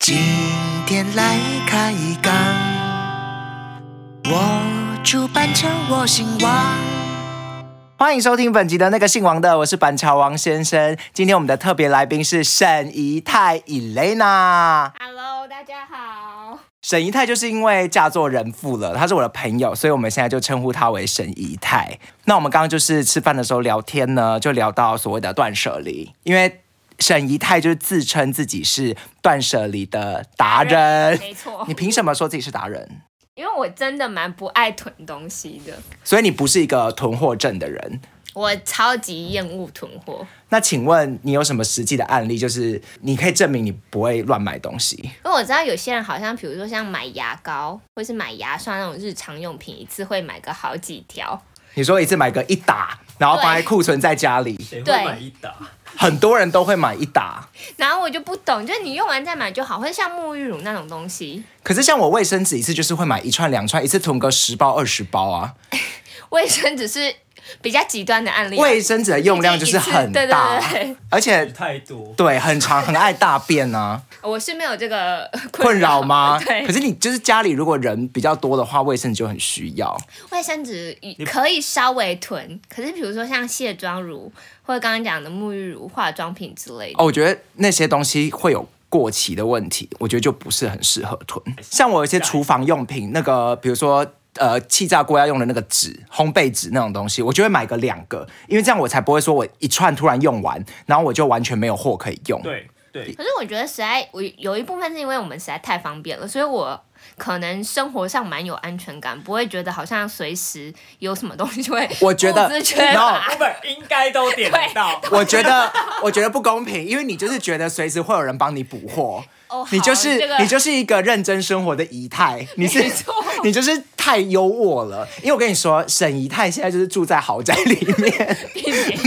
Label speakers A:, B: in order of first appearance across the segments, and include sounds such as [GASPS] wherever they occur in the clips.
A: 今天来开杠，我主板桥，我姓王。
B: 欢迎收听本集的那个姓王的，我是板桥王先生。今天我们的特别来宾是沈怡泰 Elena。
C: Hello，大家好。
B: 沈怡泰就是因为嫁作人妇了，她是我的朋友，所以我们现在就称呼她为沈怡泰。那我们刚刚就是吃饭的时候聊天呢，就聊到所谓的断舍离，因为沈怡泰就是自称自己是断舍离的达人。
C: 没错
B: 你，凭什么说自己是达人？
C: 因为我真的蛮不爱囤东西的，
B: 所以你不是一个囤货症的人。
C: 我超级厌恶囤货。
B: 那请问你有什么实际的案例，就是你可以证明你不会乱买东西？
C: 因为我知道有些人好像，比如说像买牙膏或是买牙刷那种日常用品，一次会买个好几条。
B: 你说一次买个一打，然后放在库存在家里，
D: 谁
C: 对
D: 会买一打？
B: 很多人都会买一打。
C: 然后我就不懂，就是你用完再买就好，或者像沐浴乳那种东西，
B: 可是像我卫生纸一次就是会买一串两串，一次囤个十包二十包啊。
C: 卫生纸是比较极端的案例啊。
B: 卫生纸的用量就是很大
C: 一次对对对，
B: 而且
D: 太多，
B: 对很长，很爱大便啊，
C: 我是没有这个
B: 困扰吗？
C: [LAUGHS] 对
B: 可，是你就是家里如果人比较多的话，卫生纸就很需要。
C: 卫生纸可以稍微囤，可是比如说像卸妆乳或者刚刚讲的沐浴乳、化妆品之类的。
B: 哦，我觉得那些东西会有过期的问题，我觉得就不是很适合囤。像我有一些厨房用品，那个比如说。呃，气炸锅要用的那个纸，烘焙纸那种东西，我就会买个两个，因为这样我才不会说我一串突然用完，然后我就完全没有货可以用。，
D: 对对，
C: 可是我觉得实在，我有一部分是因为我们实在太方便了，所以我可能生活上蛮有安全感，不会觉得好像随时有什么东西就会
B: [LAUGHS] 我觉得
C: 物资缺乏
B: no
D: 我们应该都点得到。
B: 我觉得我觉得不公平，因为你就是觉得随时会有人帮你补货，
C: 哦好
B: 你就是、
C: 这个
B: 你就是一个认真生活的仪态，你是你就是太优渥了。因为我跟你说，沈仪泰现在就是住在豪宅里面，
C: 避免，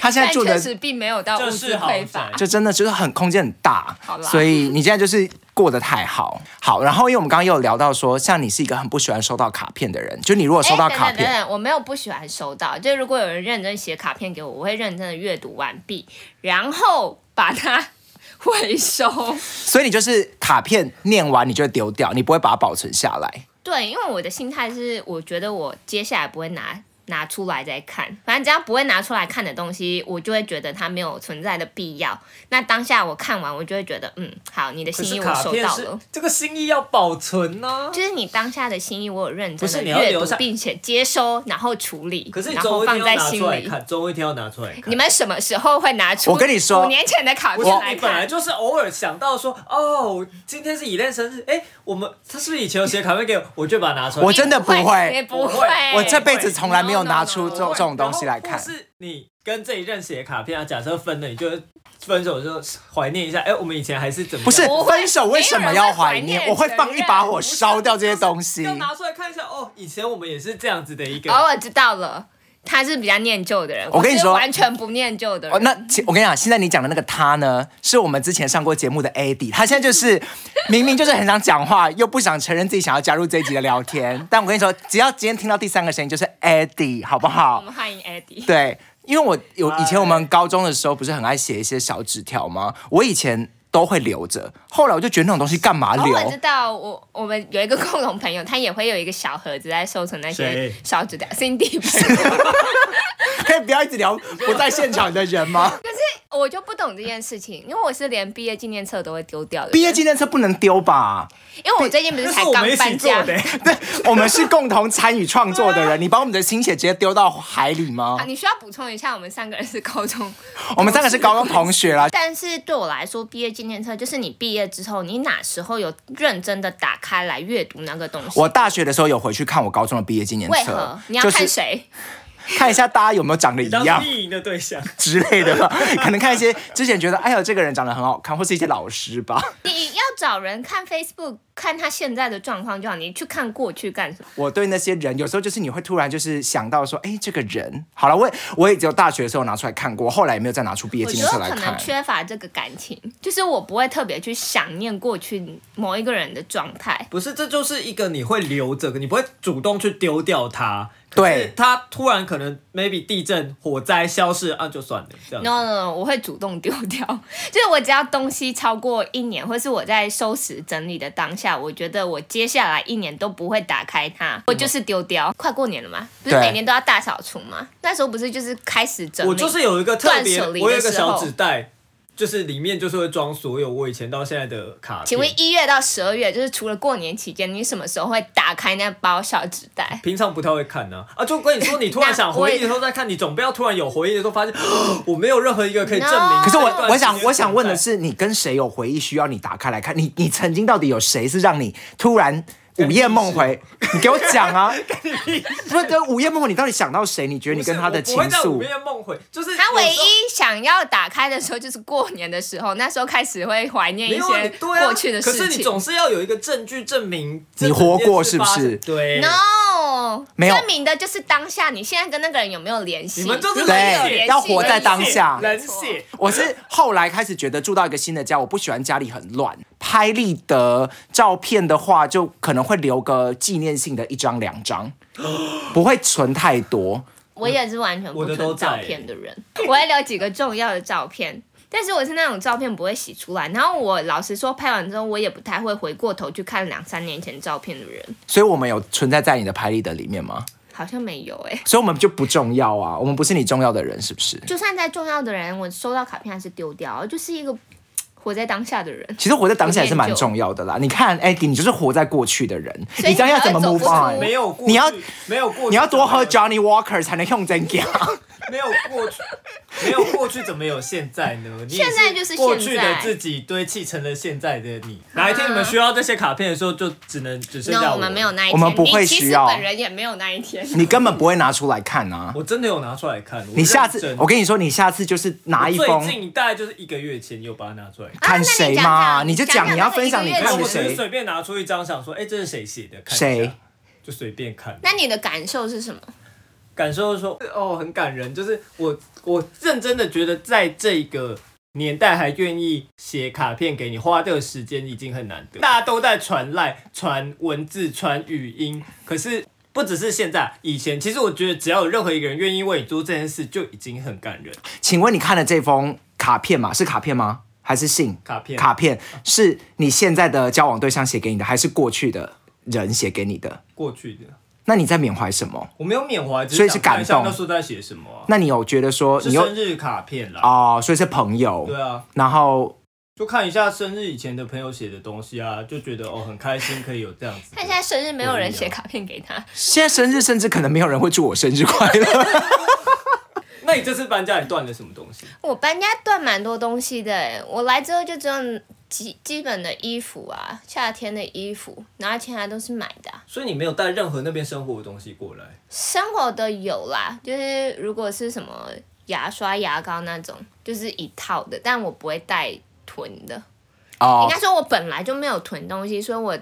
B: 他现在
C: 但
B: 住
C: 确
B: 的
C: 实并没有到
D: 这
C: 物
D: 是
C: 资
D: 豪
C: 匮乏
D: 宅。
B: 就真的就是很空间很大
C: 好，啦
B: 所以你现在就是过得太好。好，然后因为我们刚刚也有聊到说，像你是一个很不喜欢收到卡片的人，就你如果收到
C: 哎
B: 卡
C: 等等
B: 片，
C: 等等，我没有不喜欢收到，就如果有人认真写卡片给我，我会认真的阅读完毕，然后把它 [LAUGHS] 回收。
B: 所以你就是卡片念完你就会丢掉，你不会把它保存下来。
C: 对，因为我的心态是，我觉得我接下来不会拿拿出来再看，反正只要不会拿出来看的东西，我就会觉得它没有存在的必要。那当下我看完，我就会觉得，嗯，好，你的
D: 可
C: 心
D: 是
C: 意我
D: 卡
C: 收
D: 片
C: 到
D: 是
C: 了。
D: 这个心意要保存啊呢、
C: 就是你当下的心意，我有认真
D: 不是
C: 的
D: 你要
C: 阅
D: 留
C: 读，
D: 下
C: 并且接收，然后处理，
D: 可是你
C: 然
D: 总有
C: 后
D: 一天
C: 放在
D: 要拿
C: 心
D: 出来
C: 里。
D: 看，总有一天要拿出来看。
C: 你们什么时候会拿出？
B: 我跟你说
C: 五年前的卡
D: 不
C: 片
D: 是
C: 来
D: 你本来
C: 看。
D: 就是偶尔想到说，哦，今天是以恋生日，哎、我们他是不是以前有写卡片给我，我就把它拿出来。
B: 我真的不会
C: 也不
D: 不
C: 会
D: 会。
B: 我这辈子从来没有
C: No, no, no,
B: 拿出这种
C: no
B: 这种东西来
D: 然
B: 看
D: 后。或是你跟这一任写的卡片啊，假设分了，你就分手就怀念一下，哎、我们以前还是怎么样
B: 不是
C: 我会
B: 分手为什么要怀
C: 没有人会怀
B: 念？
C: 念
B: 我会放一把火烧掉这些东西。
D: 要拿出来看一下哦，以前我们也是这样子的一个。
C: 哦，我知道了，他是比较念旧的人。
B: 我跟你
C: 是
B: 说
C: 完全不念旧的
B: 哦，
C: 人。
B: 那其我跟你讲，现在你讲的那个他呢，是我们之前上过节目的 AD，他现在就是明明就是很想讲话，又不想承认自己想要加入这一集的聊天。但我跟你说，只要今天听到第三个声音，就是 AD，好不
C: 我
B: 好？
C: 们欢迎 Eddie。
B: 对，因为我有以前我们高中的时候不是很爱写一些小纸条吗？我以前都会留着，后来我就觉得那种东西干嘛
C: 哦，
B: 留？
C: 我知道，我我们有一个共同朋友，他也会有一个小盒子在收存那些
D: 谁
C: 小纸条
B: [LAUGHS]
C: ，Cindy 朋友。
B: 可以不要一直聊不在现场的人吗？
C: 我就不懂这件事情，因为我是连毕业纪念册都会丢掉的。
B: 毕业，纪念册不能丢吧？
C: 因为我最近不是
D: 这
C: 才
D: 是我
C: 刚
D: 们一起
C: 搬家
D: 做的、。欸
B: 对，我们是共同参与创作的人，你把我们的心血直接丢到海里吗
C: 啊，？你需要补充一下，我们三个人是高中
B: [LAUGHS] 我们三个是高中同学啦，
C: 但是对我来说，毕业纪念册就是你毕业之后，你哪时候有认真的打开来阅读那个东西？
B: 我大学的时候有回去看我高中的毕业纪念
C: 为
B: 册
C: 何，你要看
B: 就是
C: 谁？
B: 看一下大家有没有长得一
D: 你当
B: 样 [LAUGHS]
D: 意淫的对象，
B: 之类的吧， [LAUGHS] 可能看一些之前觉得哎呦这个人长得很好看，或是一些老师吧。 [LAUGHS]
C: 你要找人看 Facebook，看他现在的状况就好，你去看过去干什么？
B: 我对那些人有时候就是你会突然就是想到说，哎，这个人好了，我也我也只有大学的时候拿出来看过，后来也没有再拿出毕业
C: 我
B: 纪
C: 觉
B: 念
C: 得
B: 册来
C: 可能
B: 看。
C: 缺乏这个感情，就是我不会特别去想念过去某一个人的状态。
D: 不是，这就是一个你会留着，你不会主动去丢掉它。
B: 对，
D: 它突然可能 maybe 地震、火灾消逝啊，就算了这样
C: [LAUGHS]
D: 子。
C: no no no，我会主动丢掉，就是我只要东西超过一年，或是我在在收拾整理的当下，我觉得我接下来一年都不会打开它，我就是丢掉。快过年了嘛，不
B: 嗯
C: 是
B: 对
C: 每年都要大扫除嘛？那时候不是就是开始整理，
D: 我就是有一个特别，
C: 断舍离的
D: 我有一个
C: 时候
D: 小纸袋，就是里面就是会装所有我以前到现在的卡
C: 请
D: 片
C: 问。一月到十二月，就是除了过年期间，你什么时候会打开那包小纸袋？
D: 平常不太会看呢、啊，就跟你说，你突然想
C: 那我
D: 回
C: 也
D: 忆的时候再看，你总不要突然有回忆的时候发现， [GASPS] 我没有任何一个可以证
C: No
D: 明。
B: 可是
D: 啊这段
B: 我我
D: 时间
B: 想我想问的是，
D: 存在
B: 你跟谁有回忆需要你打开来看？你你曾经到底有谁是让你突然午夜梦
D: [LAUGHS]
B: 回？你给我讲啊！不是跟午夜梦回，你到底想到谁？你觉得你跟他的情
D: 不是我不会在
B: 愫？
D: 午夜梦回，就是
C: 他唯
D: 有时候
C: 一想要打开的时候就是过年的时候，那时候开始会怀念
D: 没
C: 一
D: 有啊
C: 些
D: 你对啊
C: 过去的事
D: 可是你
C: 情。
D: 总是要有一个证据证明这
B: 你活过
D: 件事发
B: 是不是
D: 生对
C: No，
B: 没有
C: 证明的就是当下，你现在跟那个人有没有联系？
D: 你们就是
C: 如果
B: 冷
C: 有
B: 血
C: 联系
B: 要活在当下
D: 人血。
B: 我是后来开始觉得住到一个新的家，我不喜欢家里很乱。拍立得照片的话，就可能会留个纪念性的一张两
D: [GASPS]
B: 张，不会存太多。
C: 我也是完全不
D: 我的都
C: 存
D: 在
C: 照片的人，我会留几个重要的照片，但是我是那种照片不会洗出来。然后我老实说，拍完之后我也不太会回过头去看两三年前照片的人，
B: 所以我们有存在在你的拍立得里面吗？
C: 好像没有哎、
B: 所以我们就不重要啊，我们不是你重要的人，是不是？
C: 就算再重要的人，我收到卡片还是丢掉，我就是一个活在当下的人。
B: 其实活在当下也是蛮重要的啦。你看 Eddie，你就是活在过去的人，
C: 以
B: 这样要怎么
C: 你才会
B: move
C: 走不出
D: 没
B: on？
D: 有过去，
B: 你要
D: 没有过去，
B: 你要多喝，Johnny Walker 才能用真
C: [LAUGHS]
B: 假。
D: 没有过去，没有过去怎么有现在
C: [LAUGHS]
D: 呢？你也
C: 现在就是现在啊
D: 过去的自己堆砌成了现在的你。哪一天你们需要这些卡片的时候，就只能只剩下
C: no，
D: 我。
C: 我们没有那一天，
B: 我们不会
C: 你其
B: 需
C: 实
B: 要
C: 本人也没有那一天。
B: 你根本不会拿出来看啊！
D: 我真的有拿出来看。我
B: 你下
D: 认
B: 次
D: 真，
B: 我跟你说，你下次就是拿一
D: 最
B: 封
D: 近大概就是一个月前有把它拿出来看。
B: 看谁嘛，
C: 啊那你
B: 就
C: 讲讲
B: 讲你要分享你
C: 那
D: 没
C: 你
D: 有，
B: 看
C: 一
D: 我
B: 的
C: 个
D: 只是
B: 谁。
D: 随便拿出一张，想说，哎、这是谁写的？看一下
B: 谁？
D: 就随便看。
C: 那你的感受是什么？
D: 感受说，哦，很感人，就是我我认真的觉得，在这个年代还愿意写卡片给你，花这个时间已经很难得。大家都在传赖、传文字、传语音，可是。不只是现在，以前其实我觉得，只要有任何一个人愿意为你做这件事，就已经很感人。
B: 请问你看的这封卡片嘛，是卡片吗？还是信？
D: 卡片
B: 卡片是你现在的交往对象写给你的，还是过去的人写给你的？
D: 过去的
B: 那你在缅怀什么？
D: 我没有缅怀，只
B: 所以是
D: 想看一下
B: 感动
D: 那时候在写什么啊、
B: 那你有觉得说
D: 是
B: 你又
D: 生日卡片啦。
B: 哦，所以是朋友，
D: 对啊，
B: 然后
D: 就看一下生日以前的朋友写的东西啊，就觉得哦很开心，可以有这样子的。
C: 他现在生日没有人写卡片给他，
B: 现在生日甚至可能没有人会祝我生日快乐。
D: 那你这次搬家你断了什么东西？
C: [LAUGHS] 我搬家断蛮多东西的欸，我来之后就只有基基本的衣服啊，夏天的衣服，然后其他都是买的啊、
D: 所以你没有带任何那边生活的东西过来，
C: 生活的有啦，就是如果是什么牙刷、牙膏那种，就是一套的，但我不会带囤的。应
B: 哦
C: 该，说，我本来就没有囤东西，所以我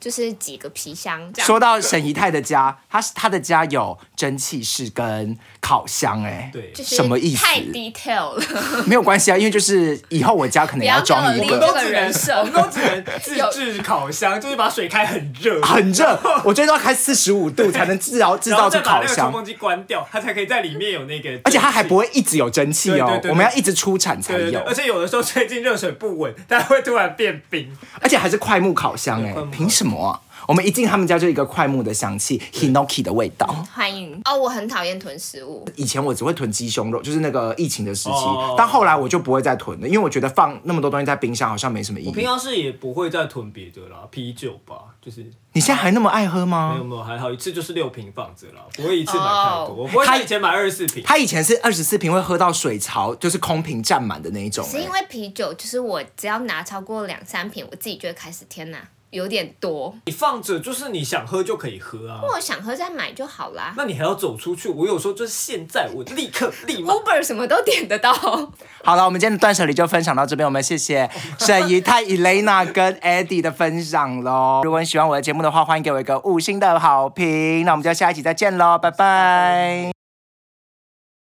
C: 就是几个皮箱这样。
B: 说到沈姨太的家，她她的家有蒸汽室跟烤箱、哎，
D: 对，
C: 就是
B: 什么意思
C: 太 detail 了， [LAUGHS]
B: 没有关系啊，因为就是以后我家可能也要装
C: 不
B: 一
C: 要
D: 我
C: 跟
D: 们
B: 个
D: 都
C: 这
D: 只
C: 个
D: 能
C: 人设
D: 我们都只能
C: [LAUGHS]
D: 自制烤箱，就是把水开很热，
B: 很热，我最多要开四十五度才能制造制
D: 然后
B: 造出
D: 再把那
B: 烤
D: 个 [LAUGHS] 吹
B: 箱，
D: 风机关掉，它才可以在里面有那个，
B: 而且它还不会一直有蒸汽哦，
D: 对对对对
B: 我们要一直出产才
D: 对对对，
B: 有，
D: 而且有的时候最近热水不稳，它会突然变冰。
B: 而且还是快木烤箱、
D: 对快木
B: 哎，凭什么啊？我们一进他们家就一个快木的香气，Hinoki 的味道。
C: 欢迎哦！我很讨厌囤食物，
B: 以前我只会囤鸡胸肉，就是那个疫情的时期
D: 哦
B: 但后来我就不会再囤了，因为我觉得放那么多东西在冰箱好像没什么意
D: 我平
B: 义。
D: 常是也不会再囤别的啦，啤酒吧，就是
B: 你现在还那么爱喝
D: 没
B: 吗？
D: 有没有还好，一次就是六瓶放着啦，不会一次买太多，
C: 哦
D: 我不会像以前买二十四瓶。
B: 他以前是二十四瓶会喝到水槽，就是空瓶占满的那一种、
C: 是因
B: 欸
C: 为啤酒，就是我只要拿超过两三瓶，我自己就会开始天哪，有点多，
D: 你放着就是你想喝就可以喝啊。
C: 我想喝再买就好啦。
D: 那你还要走出去，我有时候就是现在，我立刻立马
C: Uber 什么都点得到，
B: 好了，我们今天的断舍离就分享到这边，我们谢
C: [LAUGHS]
B: 谢沈怡泰、Elena 跟 Eddie 的分享喽。如果你喜欢我的节目的话，欢迎给我一个五星的好评。那我们就下一期再见喽，拜拜